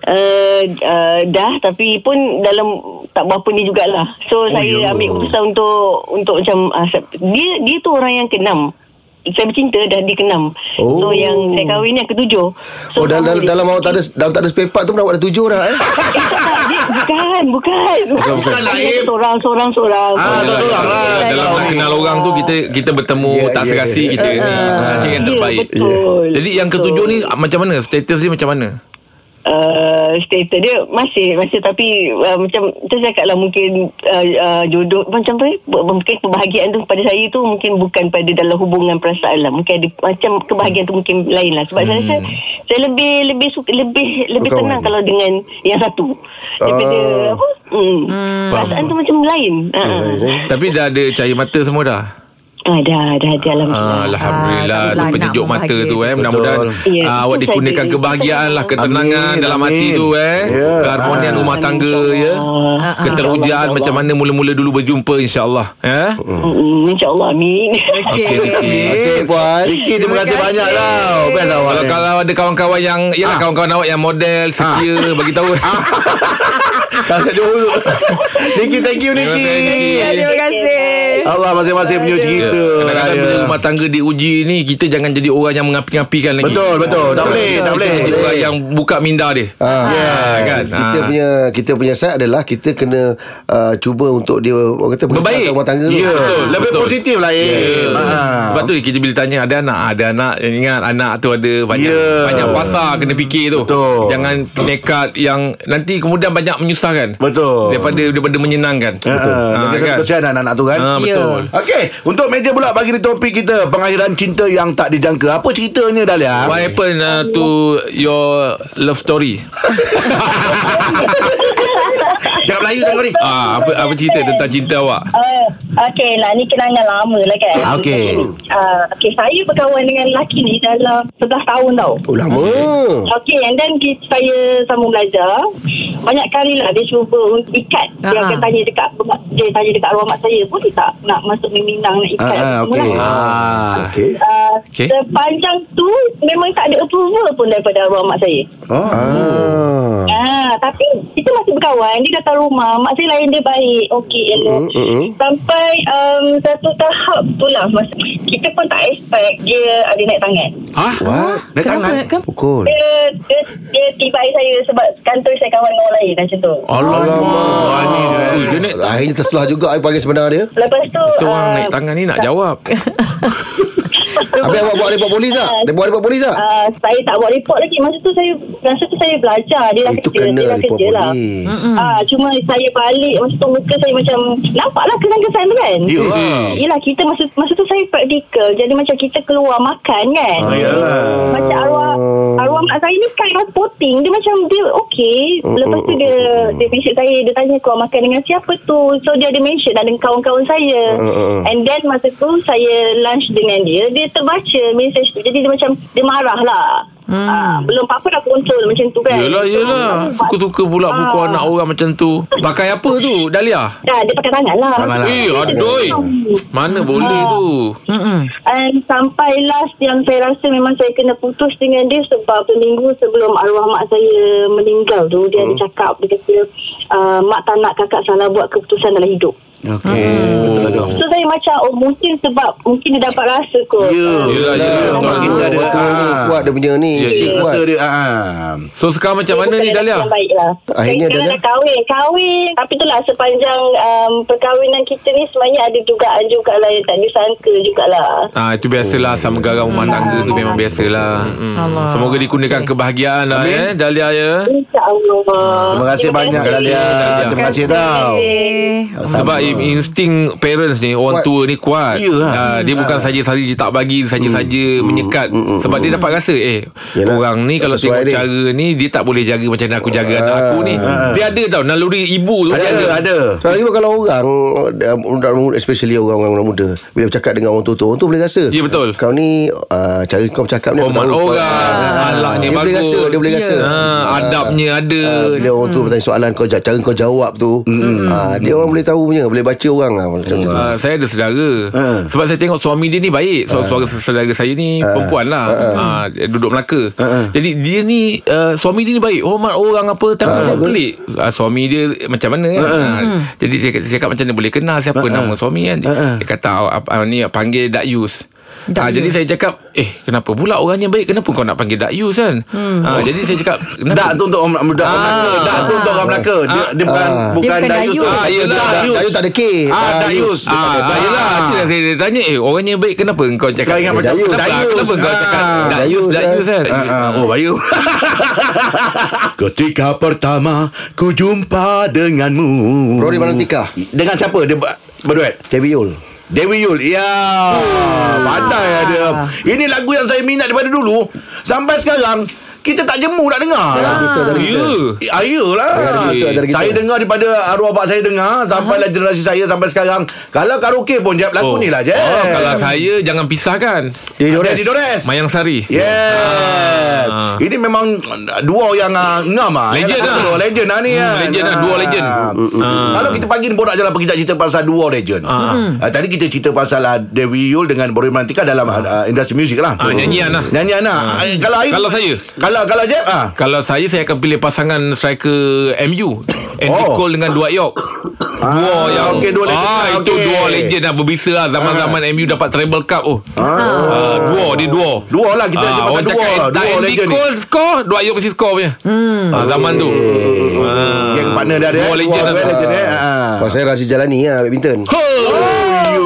Speaker 7: uh, uh, dah tapi pun dalam tak berapa ni jugalah so oh, saya
Speaker 4: ya.
Speaker 7: ambil keputusan untuk untuk macam uh, dia dia tu orang yang keenam saya bercinta dah dia keenam
Speaker 4: Oh.
Speaker 7: so yang saya kahwin ni yang ketujuh so,
Speaker 4: Oh dalam,
Speaker 7: dia-
Speaker 4: dalam awak tak ada Dalam tak ada spare part tu pun Awak dah tujuh dah
Speaker 7: Eh,
Speaker 4: eh
Speaker 7: tak, tak, dia, bukan bukan bukan,
Speaker 2: bukan. Lain.
Speaker 7: seorang seorang seorang
Speaker 2: Ah,
Speaker 4: Oh,
Speaker 2: tak seorang lah.
Speaker 5: Dalam nak
Speaker 2: Yelah.
Speaker 5: kenal orang tu kita kita bertemu
Speaker 4: Ya,
Speaker 5: tak
Speaker 4: ya,
Speaker 5: serasi
Speaker 4: ya.
Speaker 5: kita
Speaker 2: Ah,
Speaker 5: ni. Macam yang
Speaker 7: Ya,
Speaker 5: terbaik.
Speaker 7: betul.
Speaker 5: Jadi yang ketujuh ni ah, macam mana? Status dia macam mana?
Speaker 7: uh, status dia masih masih tapi uh, macam saya cakap lah mungkin uh, uh, jodoh macam apa eh, bu- mungkin kebahagiaan tu pada saya tu mungkin bukan pada dalam hubungan perasaan lah mungkin ada macam kebahagiaan tu mungkin lain lah sebab hmm. saya rasa saya lebih lebih suka, lebih lebih
Speaker 4: Berkawan.
Speaker 7: tenang kalau dengan yang satu daripada
Speaker 4: Ah.
Speaker 7: apa hmm. perasaan tu macam lain ha.
Speaker 4: eh.
Speaker 5: Tapi dah ada cahaya mata semua dah.
Speaker 7: Ah, dah dah dah alhamdulillah
Speaker 5: Ah, Alhamdulillah
Speaker 3: Ah,
Speaker 5: tu
Speaker 3: anak
Speaker 5: penyejuk mata
Speaker 3: membahagia.
Speaker 5: tu eh.
Speaker 2: Betul.
Speaker 5: Mudah-mudahan
Speaker 7: Ya,
Speaker 5: ah, awak
Speaker 7: itu
Speaker 5: dikurniakan
Speaker 7: saja.
Speaker 5: kebahagiaan lah, ketenangan
Speaker 2: Amin,
Speaker 5: dalam hati
Speaker 2: amin.
Speaker 5: tu eh.
Speaker 2: Ya.
Speaker 5: Keharmonian
Speaker 2: Ah.
Speaker 5: rumah tangga ya.
Speaker 7: Ah,
Speaker 3: ah.
Speaker 5: Keterujaan macam mana mula-mula dulu berjumpa insya-Allah. Eh?
Speaker 7: Hmm, InsyaAllah amin *laughs*
Speaker 5: Okey,
Speaker 3: Okay
Speaker 5: Ricky.
Speaker 2: Okey puan Ricky Eh, terima kasih
Speaker 3: kasih.
Speaker 2: banyak lah Best awak
Speaker 5: Kalau
Speaker 2: ni.
Speaker 5: kalau ada kawan-kawan yang Yalah
Speaker 2: Ah.
Speaker 5: kawan-kawan awak yang model Setia Bagi tahu
Speaker 2: Tak kat Johor *laughs* dulu Ricky thank you
Speaker 5: Terima
Speaker 2: Ricky
Speaker 5: kasih, Ricky.
Speaker 3: Terima kasih
Speaker 2: Allah masing-masing punya cerita lah, ya.
Speaker 5: Kadang-kadang bila
Speaker 2: Raya.
Speaker 5: rumah tangga diuji ni Kita jangan jadi orang yang mengapi-ngapikan lagi
Speaker 2: Betul betul Tak boleh tak boleh Ya, Ah,
Speaker 5: Jadi orang yang buka minda dia
Speaker 4: Ha.
Speaker 5: Ya, kan?
Speaker 4: Kita
Speaker 5: Ha.
Speaker 4: punya kita punya side adalah kita kena uh, cuba untuk dia orang kata
Speaker 5: Berbaik.
Speaker 4: perkhidmatan rumah tangga Ah,
Speaker 2: Ya
Speaker 4: tu.
Speaker 5: Betul,
Speaker 2: Lebih
Speaker 5: betul. Ya,
Speaker 2: positif lah eh Ah.
Speaker 5: Lepas tu kita bila tanya ada anak ada anak Eh, ingat anak tu ada banyak
Speaker 2: Ya.
Speaker 5: banyak fasa kena fikir tu.
Speaker 2: Betul.
Speaker 5: Jangan nekat yang nanti kemudian banyak menyusahkan.
Speaker 2: Betul.
Speaker 5: Daripada daripada menyenangkan.
Speaker 2: Betul.
Speaker 5: Ha,
Speaker 2: Lebih
Speaker 5: kan?
Speaker 2: Ah, kesian anak-anak tu kan
Speaker 5: Ha, betul.
Speaker 2: Okey, untuk meja pula bagi di topik kita pengakhiran cinta yang tak dijangka. Apa ceritanya Dahlia?
Speaker 5: What happened uh, to your love story? *laughs*
Speaker 2: Jangan Melayu tengok ni.
Speaker 5: Ah, apa apa cerita tentang cinta awak?
Speaker 8: Uh, okay lah ni kenangan lama lah kan
Speaker 2: Ah, okey.
Speaker 8: uh, Okay saya berkawan dengan lelaki ni dalam 11 tahun tau
Speaker 4: Oh lama.
Speaker 8: Okay and then kita, saya sama belajar Banyak kali lah dia cuba untuk ikat Dia
Speaker 3: Ah,
Speaker 8: akan
Speaker 3: ah.
Speaker 8: tanya dekat Dia tanya dekat arwah mak saya Boleh tak nak masuk meminang nak ikat
Speaker 2: Ah, ah,
Speaker 8: apa semua
Speaker 2: okey.
Speaker 8: lah.
Speaker 5: Ah.
Speaker 4: Okey.
Speaker 8: Uh,
Speaker 5: Okey.
Speaker 8: Sepanjang tu Memang tak ada approval pun daripada arwah mak saya
Speaker 2: Oh.
Speaker 4: Ah.
Speaker 8: Ah, tapi kita masih berkawan. Dia datang rumah Mak saya lain dia baik Okey
Speaker 2: Hmm,
Speaker 8: elok
Speaker 4: Mm, mm, mm.
Speaker 8: Sampai um, Satu tahap tu lah masa, Kita pun tak expect Dia ada naik tangan
Speaker 2: Ha?
Speaker 4: What?
Speaker 2: Naik tangan.
Speaker 3: Kenapa? Kenapa?
Speaker 4: Pukul
Speaker 8: dia, dia, dia tiba air saya Sebab kantor saya kawan dengan orang lain Macam tu
Speaker 4: Alamak
Speaker 2: Ni dia.
Speaker 5: Ui, eh, dia naik
Speaker 4: Akhirnya terselah juga Air panggil sebenar dia
Speaker 8: Lepas tu
Speaker 5: Seorang
Speaker 8: ah,
Speaker 5: naik tangan ni nak jawab
Speaker 4: Habis awak buat report polis tak? Dia buat report polis tak?
Speaker 6: Ah.
Speaker 8: Uh, saya tak buat report lagi Masa tu saya Masa tu saya belajar Dia dah
Speaker 4: Itu
Speaker 8: kerja Dia
Speaker 4: kena
Speaker 8: dah
Speaker 4: report
Speaker 8: kerja lah
Speaker 4: polis
Speaker 8: Ah, cuma saya balik Masa tu muka saya macam Nampaklah kesan-kesan tu kan
Speaker 2: Ya.
Speaker 8: Yelah kita masa, masa tu saya praktikal Jadi macam kita keluar makan kan
Speaker 4: Ah.
Speaker 8: Macam arwah Arwah mak saya ni kind of potting Dia macam dia okay Lepas tu
Speaker 2: Uh,
Speaker 8: dia Dia message saya Dia tanya keluar makan dengan siapa tu So dia ada mention Ada kawan-kawan saya
Speaker 2: Uh,
Speaker 8: And then masa tu Saya lunch dengan dia Dia terbaca message tu Jadi dia macam Dia marah lah Ah, belum apa-apa dah kontrol macam tu kan
Speaker 5: Hmm. Yelah yelah Suka-suka pula buku
Speaker 8: Ah.
Speaker 5: anak orang macam tu Pakai apa tu Dahlia
Speaker 8: Dah dia pakai tangan lah
Speaker 2: Tangan lah.
Speaker 5: Eh adoi Mana boleh tu
Speaker 3: Mm-mm.
Speaker 8: And sampai last yang saya rasa memang saya kena putus dengan dia sebab minggu sebelum arwah mak saya meninggal tu dia
Speaker 2: Hmm.
Speaker 8: ada cakap dia kata uh, mak tak nak kakak salah buat keputusan dalam hidup.
Speaker 2: Okey,
Speaker 5: Hmm.
Speaker 2: betul lah tu.
Speaker 8: So saya macam oh mungkin sebab mungkin dia dapat rasa kot. Hmm.
Speaker 2: Ya.
Speaker 5: Yelah, yelah.
Speaker 2: Kalau kita ada
Speaker 4: Betul Ah, ni
Speaker 2: ah,
Speaker 4: Kuat dia punya ni
Speaker 5: Ya,
Speaker 4: Stick
Speaker 5: ya.
Speaker 4: kuat
Speaker 2: rasa dia ah.
Speaker 5: So sekarang macam mana ni Dahlia
Speaker 8: Yang baik lah.
Speaker 4: Akhirnya,
Speaker 8: Sekarang
Speaker 4: Dahlia?
Speaker 8: dah kahwin. Kahwin. Tapi itulah sepanjang um, perkahwinan kita ni sebenarnya ada dugaan juga lah yang tak disangka jugalah.
Speaker 5: Ah itu biasalah sama garam rumah tangga tu memang biasalah. Hmm.
Speaker 3: Allah.
Speaker 5: Semoga dikurniakan kebahagiaan lah eh Dahlia ya.
Speaker 8: InsyaAllah.
Speaker 2: Terima kasih banyak Dahlia. Terima kasih tau.
Speaker 3: Eh.
Speaker 5: Sebab im- insting parents ni Orang
Speaker 4: Kuat.
Speaker 5: tua ni kuat
Speaker 2: Ya lah.
Speaker 5: Ah, Dia bukan saja-saja Dia tak bagi
Speaker 4: Hmm.
Speaker 5: Saja-saja menyekat Sebab dia dapat rasa Eh
Speaker 4: Yelah.
Speaker 5: orang ni
Speaker 4: Tak
Speaker 5: Kalau
Speaker 4: sesuai
Speaker 5: tengok
Speaker 4: dia. Ah.
Speaker 5: cara ni Dia tak boleh jaga Macam mana aku jaga anak aku ni Dia ada tau Naluri ibu tu
Speaker 2: Ada
Speaker 5: dia
Speaker 2: ada.
Speaker 4: Sebab lagi kalau orang eh, orang muda, Especially orang-orang orang muda Bila bercakap dengan orang tua-tua Orang tu boleh rasa
Speaker 5: Ya, betul.
Speaker 4: Kau ni uh, Cara kau bercakap ni aku
Speaker 5: Hormat
Speaker 4: tahu kau-
Speaker 5: orang Alaknya
Speaker 4: Dia
Speaker 5: bagus
Speaker 4: boleh rasa Dia boleh rasa
Speaker 5: Ha, Adabnya ada
Speaker 4: Ah, bila orang tu bertanya soalan kau ja- cara kau jawab tu ah, dia orang boleh tahu punya boleh baca orang lah macam tu
Speaker 5: Uh, saya ada saudara
Speaker 2: Ha.
Speaker 5: Sebab saya tengok suami dia ni baik Sebab suara saudara saya ni Perempuan lah
Speaker 2: Ha.
Speaker 5: uh, Duduk Melaka Jadi dia ni uh, Suami dia ni baik Hormat orang apa
Speaker 2: Ha.
Speaker 5: Tapi saya pelik uh, Suami dia macam mana kan uh, Jadi saya, saya cakap macam mana Boleh kenal siapa
Speaker 2: Ha.
Speaker 5: nama suami kan Dia, dia kata "Ah, ah, Ni panggil Dayus
Speaker 3: Dak
Speaker 5: Ha,
Speaker 3: Yus.
Speaker 5: jadi saya cakap Eh kenapa pula orangnya baik Kenapa kau nak panggil Dayus kan hmm. ha, Jadi saya cakap kenapa?
Speaker 2: Dak tu untuk orang Melaka.
Speaker 5: Ah.
Speaker 2: Dak tu untuk orang Melaka. Dia, dia bukan bukan
Speaker 3: bukan
Speaker 2: Dayus.
Speaker 3: Dayus.
Speaker 2: Ah,
Speaker 5: yelah.
Speaker 2: Dayus.
Speaker 4: Dayu tak ada K
Speaker 2: Ah, Dayus.
Speaker 5: Ah, ah, yelah Itu yang saya tanya Eh orangnya baik Kenapa engkau
Speaker 2: Kau
Speaker 5: cakap
Speaker 2: ingat macam
Speaker 4: Dayus.
Speaker 5: Kenapa,
Speaker 2: Dayus.
Speaker 5: kenapa kau cakap
Speaker 2: Ah.
Speaker 5: Dak use Dak
Speaker 4: Dayus,
Speaker 5: use kan
Speaker 2: Ah, ah, oh Bayu Ketika pertama Ku jumpa denganmu
Speaker 4: Rory Marantika
Speaker 2: Dengan siapa dia ber- berduet?
Speaker 4: Debbie Yul
Speaker 2: Dewi Yul Ya Pandai lah dia Ini lagu yang saya minat daripada dulu Sampai sekarang Kita tak jemu nak dengar
Speaker 4: Dalam dusta dari kita
Speaker 2: Ya, Ayolah
Speaker 4: Dari kita, dari kita.
Speaker 2: Saya dengar daripada arwah pak saya dengar Sampailah generasi saya sampai sekarang Kalau karaoke pun Jeb lagu ni lah Jeb
Speaker 5: oh, Kalau saya Jangan pisahkan
Speaker 4: Dia Dores
Speaker 2: Jadi Dores
Speaker 5: Mayang Sari
Speaker 2: Yeah.
Speaker 5: Ah.
Speaker 2: Ini memang dua yang uh, ngam ah.
Speaker 5: Legend
Speaker 2: Yang
Speaker 5: lah.
Speaker 2: betul, Legend lah ni kan.
Speaker 5: legend lah, dua
Speaker 2: Ah.
Speaker 5: legend. Ah. Hmm.
Speaker 2: Kalau kita pagi ni borak je lah pergi cerita pasal dua legend. Ah, tadi kita cerita pasal ah, Dewi Yul dengan Boris Mantika dalam ah, industri muzik lah.
Speaker 5: Ah, nyanyian lah.
Speaker 2: Nyanyian lah. Ah, Kalau Ain-
Speaker 5: Kalau saya?
Speaker 2: Kalau kalau Jeb ah.
Speaker 5: Kalau saya Saya akan pilih pasangan Striker MU Andy
Speaker 2: Oh.
Speaker 5: Cole dengan Dwight York Dua
Speaker 2: Ah,
Speaker 5: yang
Speaker 2: okey, dua legend
Speaker 5: ah,
Speaker 2: lah,
Speaker 5: Itu
Speaker 2: okey. Ah.
Speaker 5: dua legend lah Berbisa lah Zaman-zaman MU dapat treble cup Oh Ah, Dua Dia dua
Speaker 2: Dua lah kita
Speaker 5: Ah,
Speaker 2: cerita pasal
Speaker 5: orang
Speaker 2: dua.
Speaker 5: cakap
Speaker 2: Dua
Speaker 5: Dak Andy
Speaker 2: legend ni. Hmm.
Speaker 5: Cole score Dwight York mesti score punya Ah, Zaman tu Ah.
Speaker 2: Eh, Yang partner dia ada.
Speaker 5: Dua
Speaker 2: eh?
Speaker 5: legend
Speaker 2: Dua
Speaker 5: lah.
Speaker 2: legend eh. Ah.
Speaker 4: Kalau saya Razi Jalani lah Badminton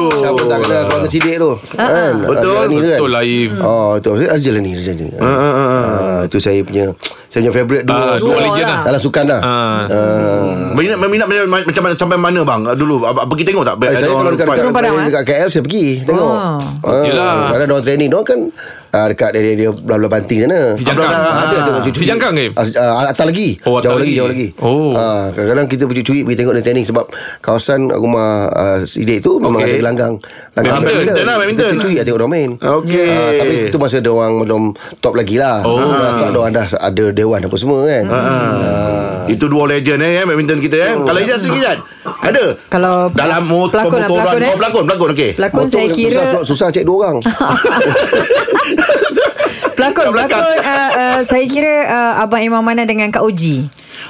Speaker 4: Siapa tak kena Kau ke sidik tu kan?
Speaker 2: Betul,
Speaker 4: Razi Jalani tu kan?
Speaker 5: Betul lah Im
Speaker 4: Oh tu Razi Jalani Razi Jalani Ah, Itu saya punya Saya punya favourite
Speaker 5: Ah,
Speaker 4: dua
Speaker 5: Dua
Speaker 3: Dua
Speaker 5: legend
Speaker 3: lah.
Speaker 5: lah
Speaker 4: Dalam sukan lah
Speaker 5: Ah.
Speaker 4: Ah.
Speaker 2: Minat, minat macam, macam mana sampai mana bang Eh, dulu Abang pergi tengok tak
Speaker 4: Eh, saya kalau dekat, dekat,
Speaker 3: Turun padang,
Speaker 4: saya
Speaker 3: eh?
Speaker 4: dekat KL saya pergi tengok.
Speaker 3: Oh.
Speaker 4: Ha.
Speaker 5: Yelah.
Speaker 4: Kadang dia orang training dia orang kan ah, dekat dia dia belah-belah banting sana.
Speaker 5: Jangkang.
Speaker 4: Ah, Ada tengok cuci.
Speaker 5: Si Jangkang ke?
Speaker 4: Ah, atas lagi.
Speaker 5: Oh, atas
Speaker 4: jauh lagi,
Speaker 5: lagi.
Speaker 4: jauh lagi.
Speaker 5: Oh.
Speaker 4: Ah, kadang-kadang kita curi pergi tengok dia training sebab kawasan rumah ah, Sidik tu memang
Speaker 5: Okey.
Speaker 4: ada gelanggang. Langgang
Speaker 5: Badminton,
Speaker 2: badminton lah, badminton.
Speaker 4: Kita curi tengok dia main.
Speaker 2: Okey.
Speaker 4: Ah, tapi itu masa dia orang belum top lagi lah.
Speaker 5: Oh.
Speaker 4: Ah, tak ada orang dah ada dewan apa semua kan. Ah.
Speaker 2: Itu dua legend eh, eh badminton kita eh. Kalau Ijaz sendiri Ijaz ada.
Speaker 3: Kalau
Speaker 2: dalam mot-
Speaker 3: pelakon lah,
Speaker 2: pemotoran
Speaker 3: pelakon, eh?
Speaker 2: oh, pelakon pelakon okey.
Speaker 3: Pelakon
Speaker 4: Motor
Speaker 3: saya
Speaker 4: dia
Speaker 3: kira
Speaker 4: susah, susah cek dua orang.
Speaker 3: Pelakon
Speaker 2: Kat belakang.
Speaker 3: eh, Pelakon uh, uh, Saya kira uh, Abang Imam Mana dengan Kak Oji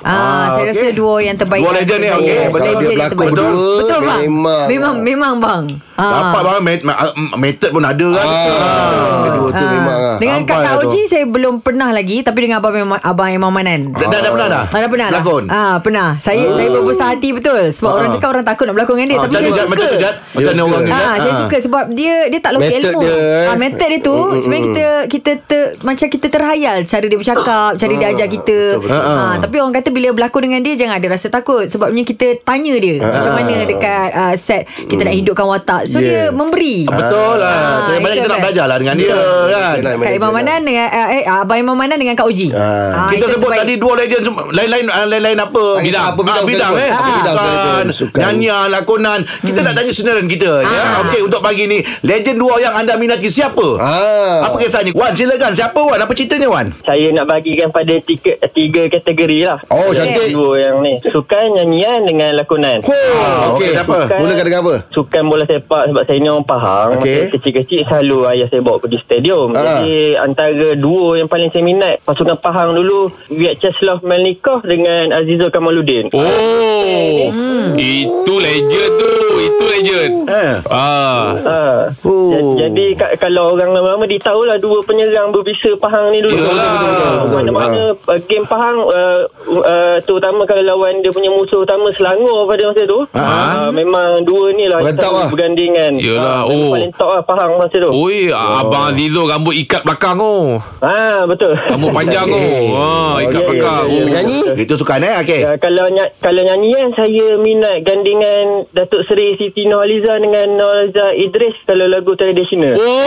Speaker 3: Ah, saya rasa dua yang terbaik.
Speaker 2: Dua legend ni,
Speaker 3: saya.
Speaker 2: okey,
Speaker 3: Legend
Speaker 2: betul.
Speaker 4: Kalau dia
Speaker 3: yang
Speaker 4: berlakon
Speaker 3: terbaik.
Speaker 4: dua,
Speaker 3: Betul bang.
Speaker 4: memang.
Speaker 3: Memang memang bang. Ah.
Speaker 2: Dapat bang met, ma- ah, Method pun ada kan
Speaker 4: Ah, Kedua tu
Speaker 3: Ah.
Speaker 4: memang ah.
Speaker 3: Dengan
Speaker 2: Sampai
Speaker 3: kakak
Speaker 2: lah tu.
Speaker 3: Oji Saya belum pernah lagi Tapi dengan abang Memang- Abang Imam Manan
Speaker 2: Dah, dah, dah pernah dah?
Speaker 3: Ah, dah pernah lah
Speaker 2: Berlakon?
Speaker 3: ah, Pernah Saya saya berbesar hati betul Sebab orang cakap orang takut nak berlakon dengan dia
Speaker 2: Oh. Ah,
Speaker 3: Tapi
Speaker 2: Macam
Speaker 3: saya
Speaker 2: mana Jad?
Speaker 3: suka
Speaker 2: Macam mana Jad? Macam mana
Speaker 4: Dia
Speaker 2: orang ni eh?
Speaker 4: suka.
Speaker 2: Jad?
Speaker 3: Ah, saya suka sebab dia dia tak logik
Speaker 4: Method
Speaker 3: ilmu.
Speaker 4: dia, eh.
Speaker 3: Ah, method dia tu sebenarnya kita kita ter, macam kita terhayal cara dia bercakap, cara dia ajar kita. Ah, tapi orang kata bila berlakon dengan dia jangan ada rasa takut sebabnya kita tanya dia macam mana dekat ah, set kita nak hidupkan watak. So
Speaker 4: Yeah.
Speaker 3: dia memberi.
Speaker 2: Betul lah
Speaker 3: Ah,
Speaker 2: Banyak banyak
Speaker 3: itu
Speaker 2: kita nak
Speaker 3: kan.
Speaker 2: belajar lah dengan dia kan
Speaker 4: Betul.
Speaker 3: Kak Imam Manan dengan eh, eh, Abang Imam Manan dengan Kak Oji.
Speaker 4: lah. Ah.
Speaker 2: kita
Speaker 3: itu
Speaker 2: sebut
Speaker 3: terbaik.
Speaker 2: tadi dua legend semua. lain-lain ah, lain-lain apa
Speaker 4: Ah, apa bidang
Speaker 2: Ah, bidang
Speaker 4: sekalipun.
Speaker 2: eh
Speaker 4: Ah. Bidang
Speaker 2: sukan
Speaker 4: sekalipun, sukan.
Speaker 2: nyanyian lakonan kita
Speaker 4: Hmm.
Speaker 2: nak tanya senaran kita ya okey untuk pagi ni legend dua yang anda minati siapa
Speaker 4: Ah.
Speaker 2: apa kisahnya Wan silakan siapa Wan apa ceritanya Wan
Speaker 9: Saya nak bagikan pada tiga, tiga kategori lah
Speaker 4: Oh,
Speaker 9: Yang
Speaker 4: cantik.
Speaker 9: Dua yang ni Sukan, nyanyian dengan lakonan
Speaker 4: Oh,
Speaker 2: okey,
Speaker 4: okey.
Speaker 2: siapa?
Speaker 4: Mulakan dengan apa?
Speaker 9: Sukan bola sepak sebab saya ni orang Pahang
Speaker 4: Okey.
Speaker 9: Masa kecil-kecil selalu ayah saya bawa pergi stadium
Speaker 4: Ah.
Speaker 9: Jadi antara dua yang paling saya minat Pasukan Pahang dulu Vyacheslav Melnikov dengan Azizul Kamaluddin
Speaker 5: Oh Itu legend tu Itu legend
Speaker 2: eh
Speaker 5: Ah,
Speaker 9: Ah.
Speaker 4: Oh.
Speaker 9: Ja- Jadi ka- kalau orang lama-lama dia tahulah dua penyerang berbisa Pahang ni dulu.
Speaker 5: Betul, betul, betul, betul, Ha.
Speaker 9: Ah,
Speaker 4: betul.
Speaker 9: Mana-mana uh, game Pahang uh, uh, terutama kalau lawan dia punya musuh utama Selangor pada masa tu.
Speaker 5: Ha.
Speaker 9: Uh, memang dua ni lah
Speaker 4: Berantau
Speaker 9: selalu
Speaker 4: lah.
Speaker 9: bergandingan.
Speaker 5: Yelah,
Speaker 9: Ah, memang
Speaker 5: oh.
Speaker 9: Paling top lah Pahang masa tu.
Speaker 5: Oi, abang Azizo rambut ikat belakang oh.
Speaker 9: Ah betul.
Speaker 5: Rambut panjang oh. Ha, ikat
Speaker 4: Okey.
Speaker 5: belakang. Oh.
Speaker 4: Nyanyi?
Speaker 2: itu sukan eh okey
Speaker 9: *laughs* Ya, kalau ny- kalau nyanyian saya minat gandingan Datuk Seri Siti Nurhaliza dengan Nurhaliza Idris kalau lagu tradisional.
Speaker 5: Oh,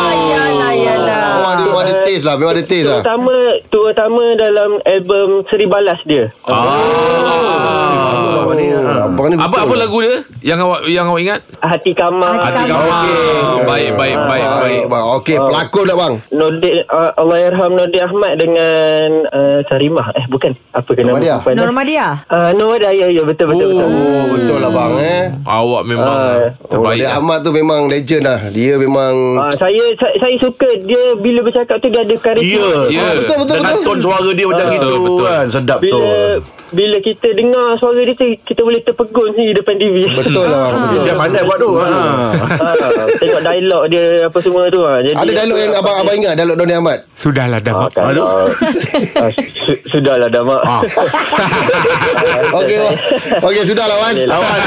Speaker 3: Ah, Yalah yalah.
Speaker 4: Memang Oh, ada, memang ada taste lah. Memang ada taste lah.
Speaker 9: Terutama terutama dalam album Seri Balas dia.
Speaker 2: Abang ni, ah.
Speaker 4: Abang Oh, ni
Speaker 5: Ah. Apa apa
Speaker 4: betul lah.
Speaker 5: lagu dia yang awak yang awak ingat?
Speaker 9: Hati Kamar.
Speaker 3: Hati
Speaker 9: Hati
Speaker 3: Kamar.
Speaker 9: Kamar.
Speaker 5: Ah, Baik baik baik baik. Oh,
Speaker 4: Baik, bang. Okey,
Speaker 2: Ah.
Speaker 4: pelakon lah, bang.
Speaker 9: Nordin uh, Allahyarham Nordin Ahmad dengan uh, Sarimah. Eh bukan. Apa kena
Speaker 4: Normadia.
Speaker 3: *laughs* Normadia.
Speaker 9: Uh, Normadia ya, ya betul betul betul.
Speaker 4: Oh, betul lah, bang, eh.
Speaker 5: Awak memang
Speaker 9: Ah.
Speaker 4: Oh,
Speaker 5: terbaik. lah.
Speaker 4: Nadia Ahmad tu memang legend lah. Dia memang...
Speaker 9: Uh, saya, saya saya suka dia bila bercakap tu dia ada karisma.
Speaker 2: Ya.
Speaker 5: Ya.
Speaker 4: betul, betul,
Speaker 2: dengan
Speaker 4: betul.
Speaker 2: ton suara dia macam
Speaker 5: Ah.
Speaker 2: gitu
Speaker 5: Betul, betul.
Speaker 2: kan sedap tu
Speaker 9: Bila bila kita dengar suara dia tu kita boleh terpegun sendiri depan TV.
Speaker 2: Ah.
Speaker 4: Betul lah,
Speaker 3: Ah.
Speaker 4: bang. Betul.
Speaker 2: dia pandai buat tu ah.
Speaker 9: Ah, *laughs* tengok dialog dia apa semua tu ah. Jadi
Speaker 4: Ada dialog yang abang abang ingat dialog Doni Ahmad.
Speaker 5: Sudahlah dah.
Speaker 9: Ah, kalau, ah, su- sudahlah dah mak. *laughs*
Speaker 2: Ah.
Speaker 4: Okey, bang. Okey, sudahlah Wan.
Speaker 9: Boleh lah.
Speaker 5: *laughs*
Speaker 2: Wan.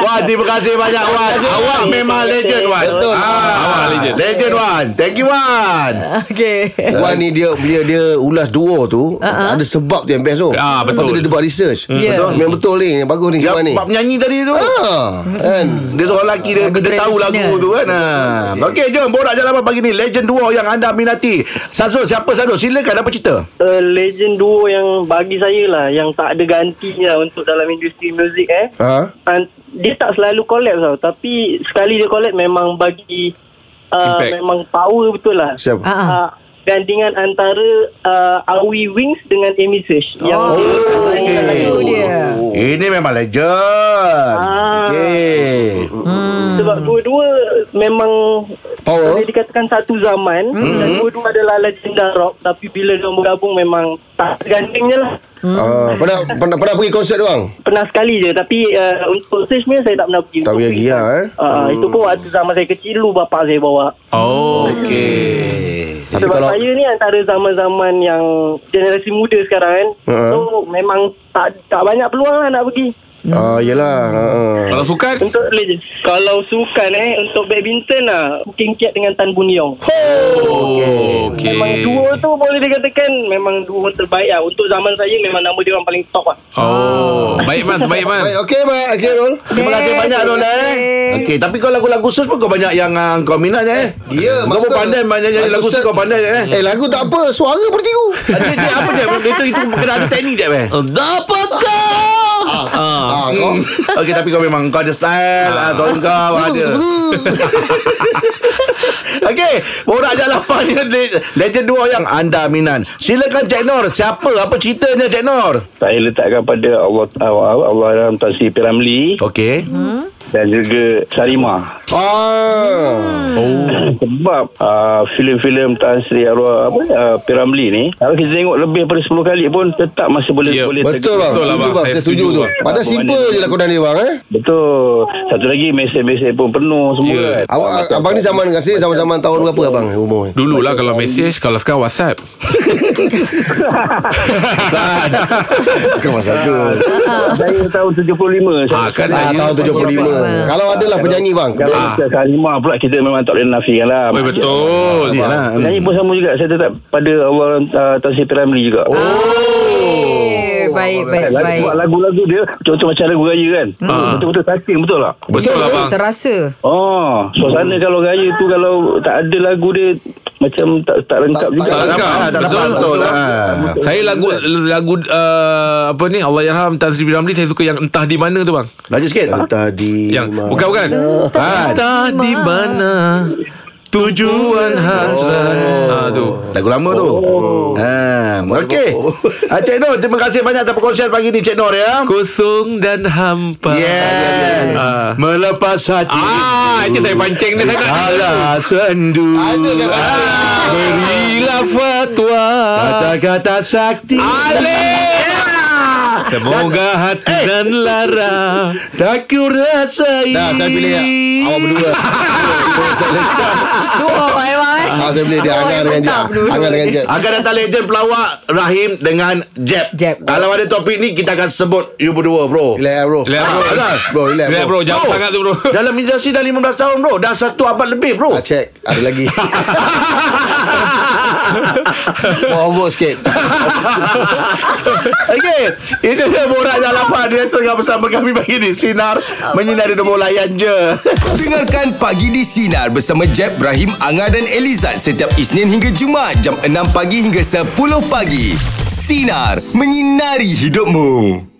Speaker 2: Wan, terima kasih banyak Wan. Awak memang legend Wan.
Speaker 4: Betul.
Speaker 2: Ah,
Speaker 5: Awak legend.
Speaker 2: Legend Wan. Thank you Wan.
Speaker 3: Okey.
Speaker 4: Wan ni dia dia dia ulas duo tu uh-huh. ada sebab tu yang best tu.
Speaker 5: Ah,
Speaker 4: Lepas tu
Speaker 5: betul.
Speaker 4: dia, dia buat research.
Speaker 3: Ah, Ya.
Speaker 4: Betul. Memang betul ni, yang bagus ni
Speaker 2: Yang
Speaker 4: Wan ni.
Speaker 2: bab nyanyi tadi tu.
Speaker 4: Ah, kan.
Speaker 3: Hmm.
Speaker 2: Dia seorang lelaki dia,
Speaker 3: Lagu
Speaker 2: dia tahu
Speaker 3: tradisional.
Speaker 2: lagu tu kan. Ha. Okey, jom borak jalan pagi ni legend duo yang anda minati. Sazul, siapa Sazul? Silakan apa cerita?
Speaker 9: uh, legend duo yang bagi saya lah yang tak ada gantinya untuk dalam industri muzik eh.
Speaker 4: Ha?
Speaker 9: And dia tak selalu collab tau tapi sekali dia collab memang bagi uh,
Speaker 5: Impact.
Speaker 9: memang power betul lah.
Speaker 4: Siapa?
Speaker 3: Ah, ah.
Speaker 9: Uh, gandingan antara uh, Awi Wings dengan Amy Search yang
Speaker 3: Oh,
Speaker 9: dia lah.
Speaker 3: oh, itu dia.
Speaker 2: Ini memang legend.
Speaker 9: Ah.
Speaker 2: Okey.
Speaker 3: Hmm.
Speaker 9: sebab dua-dua memang
Speaker 4: Power.
Speaker 9: boleh dikatakan satu zaman mm-hmm. dan dua-dua adalah legenda rock tapi bila dia bergabung memang tak tergandingnya lah
Speaker 4: Ah, pernah pernah pernah pergi konsert tu bang?
Speaker 9: pernah sekali je tapi uh, untuk stage punya saya tak pernah pergi
Speaker 4: Tak
Speaker 9: Untuk
Speaker 4: punya
Speaker 9: pergi,
Speaker 4: gia, eh?
Speaker 9: uh, itu pun waktu zaman saya kecil dulu bapak saya bawa
Speaker 5: Oh.
Speaker 2: Okey.
Speaker 4: Tapi
Speaker 9: sebab
Speaker 4: kalau
Speaker 9: saya ni antara zaman-zaman yang generasi muda sekarang kan
Speaker 4: Ha-ha.
Speaker 9: so memang tak tak banyak peluang lah nak pergi
Speaker 4: ah yalah. Ha.
Speaker 5: Kalau sukan
Speaker 9: untuk legend kalau sukan eh untuk badminton lah King Kiat dengan Tan Bun Yong
Speaker 5: Oh,
Speaker 9: memang
Speaker 5: okey.
Speaker 9: duo tu boleh dikatakan memang duo terbaik lah untuk zaman saya memang nama dia orang paling top lah
Speaker 5: Oh, baik man, baik man.
Speaker 4: Baik, okey bang. Okey Rol.
Speaker 2: Terima kasih
Speaker 3: Okey,
Speaker 2: banyak
Speaker 3: terima
Speaker 2: Rona eh.
Speaker 3: kasih.
Speaker 2: Okey, tapi kau lagu-lagu sus pun kau banyak yang uh, kau minat eh.
Speaker 4: Ya,
Speaker 2: Kau pun pandai banyak nyanyi lagu sus kau pandai eh.
Speaker 4: Eh, lagu tak apa, suara bertigu.
Speaker 2: Dia, dia apa dia? Dia tu itu kena ada teknik dia eh? weh.
Speaker 5: Dapatkah? Ah.
Speaker 4: Ah, kau.
Speaker 2: Okey tapi kau memang kau ada style, ah. sound kau ada. *laughs* Okey, borak je lapar ni le- legend dua yang anda minat. Silakan Cik Nor, siapa? Apa ceritanya Cik Nor?
Speaker 10: Saya letakkan pada Allah Allah Allah Dalam Tan Sri P. Ramli
Speaker 5: Hmm.
Speaker 2: Okey.
Speaker 10: dan juga Sarima.
Speaker 4: Ah.
Speaker 5: Oh
Speaker 10: Sebab uh, filem-filem Tan Sri Arwah apa uh, Piramli ni kalau kita tengok lebih daripada 10 kali pun tetap masih boleh
Speaker 5: Ya,
Speaker 10: boleh
Speaker 4: Betul bang.
Speaker 5: Betul lah, bang.
Speaker 4: Setuju bang.
Speaker 5: Saya
Speaker 4: Saya setuju
Speaker 5: setuju,
Speaker 4: tu.
Speaker 5: bang.
Speaker 4: Pada simple je lakonan dia bang eh.
Speaker 10: Betul. Satu lagi mesej-mesej pun penuh semua.
Speaker 5: Ya.
Speaker 10: Yeah.
Speaker 4: Awak abang ni zaman kat sini zaman-zaman tahun berapa abang umur
Speaker 5: *laughs*
Speaker 4: ni?
Speaker 5: Dulu lah kalau message Kalau sekarang whatsapp
Speaker 4: Bukan masa tu.
Speaker 10: Saya tahun 75.
Speaker 5: Ah, kan
Speaker 4: Ah,
Speaker 5: saya-
Speaker 4: tahun 75. Kalau adalah penyanyi bang.
Speaker 10: Kalau
Speaker 5: Ah.
Speaker 10: ah. Sarima pula kita memang tak boleh nafikan lah.
Speaker 5: Oi, Betul
Speaker 2: Yalah.
Speaker 10: Penyanyi pun sama juga. Saya tetap pada awal uh, Tan Sri Piramli juga. Oh.
Speaker 3: Eh, baik, baik,
Speaker 10: Lagu,
Speaker 3: baik.
Speaker 10: buat lagu-lagu dia Contoh macam lagu raya kan
Speaker 5: Ah.
Speaker 10: Betul-betul touching Betul tak?
Speaker 5: Betul lah bang
Speaker 3: Terasa.
Speaker 10: Oh, suasana kalau raya tu kalau tak ada lagu dia macam tak tak lengkap
Speaker 4: Tak-
Speaker 10: juga.
Speaker 5: tak lengkap.
Speaker 2: Ah, tak dapat
Speaker 5: Betul,
Speaker 2: betul.
Speaker 5: betul.
Speaker 2: Ah.
Speaker 5: Saya lagu lagu uh, apa ni Allah Yarham Tan Sri Ramli saya suka yang entah di mana tu bang.
Speaker 2: Laju sikit. Ah.
Speaker 4: Tadi
Speaker 5: Yang bukan bukan.
Speaker 2: Bukan.
Speaker 5: Entah di mana tujuan Hasan. Ah tu.
Speaker 2: Lagu lama tu.
Speaker 5: Oh.
Speaker 2: Ha, okey. Ah, Cik Nur, terima kasih banyak atas perkongsian pagi ni Cik Nur ya.
Speaker 5: Kosong dan hampa.
Speaker 2: Yeah.
Speaker 5: Ah.
Speaker 2: Melepas hati.
Speaker 5: Ah, itu saya pancing dia saya nak.
Speaker 2: Alah sendu.
Speaker 4: Ada kat mana?
Speaker 2: Ah,
Speaker 5: Berilah fatwa.
Speaker 2: Kata-kata sakti.
Speaker 5: Alif. Semoga hati
Speaker 2: Eh.
Speaker 5: dan lara
Speaker 2: Tak ku rasai.
Speaker 4: Dah saya pilih awak berdua. Saya letak.
Speaker 3: Dua, baik, baik.
Speaker 4: Ah, saya pilih dia Angan dengan Jeb. Angan dengan Jeb.
Speaker 2: Akan datang legend pelawak Rahim dengan Jeb.
Speaker 3: Jeb.
Speaker 2: Kalau ada topik ni kita akan sebut you berdua bro.
Speaker 4: Relax bro.
Speaker 5: Relax, bro.
Speaker 4: Ah, Bro, relax
Speaker 5: Relax
Speaker 4: bro.
Speaker 5: bro Jauh
Speaker 2: Bro,
Speaker 5: sangat tu bro
Speaker 2: Dalam industri dah 15 tahun bro. Dah satu abad lebih bro.
Speaker 4: Ah, check. Ada
Speaker 5: *laughs*
Speaker 4: lagi. Over sikit.
Speaker 2: *laughs* Okey, itu dia borak jalan dia tengah bersama kami bagi di sinar menyinari nombor layan je.
Speaker 1: Dengarkan Pagi di Sinar bersama Jeb, Ibrahim, Anga dan Elizad setiap Isnin hingga Jumaat jam 6 pagi hingga 10 pagi. Sinar. Menyinari hidupmu.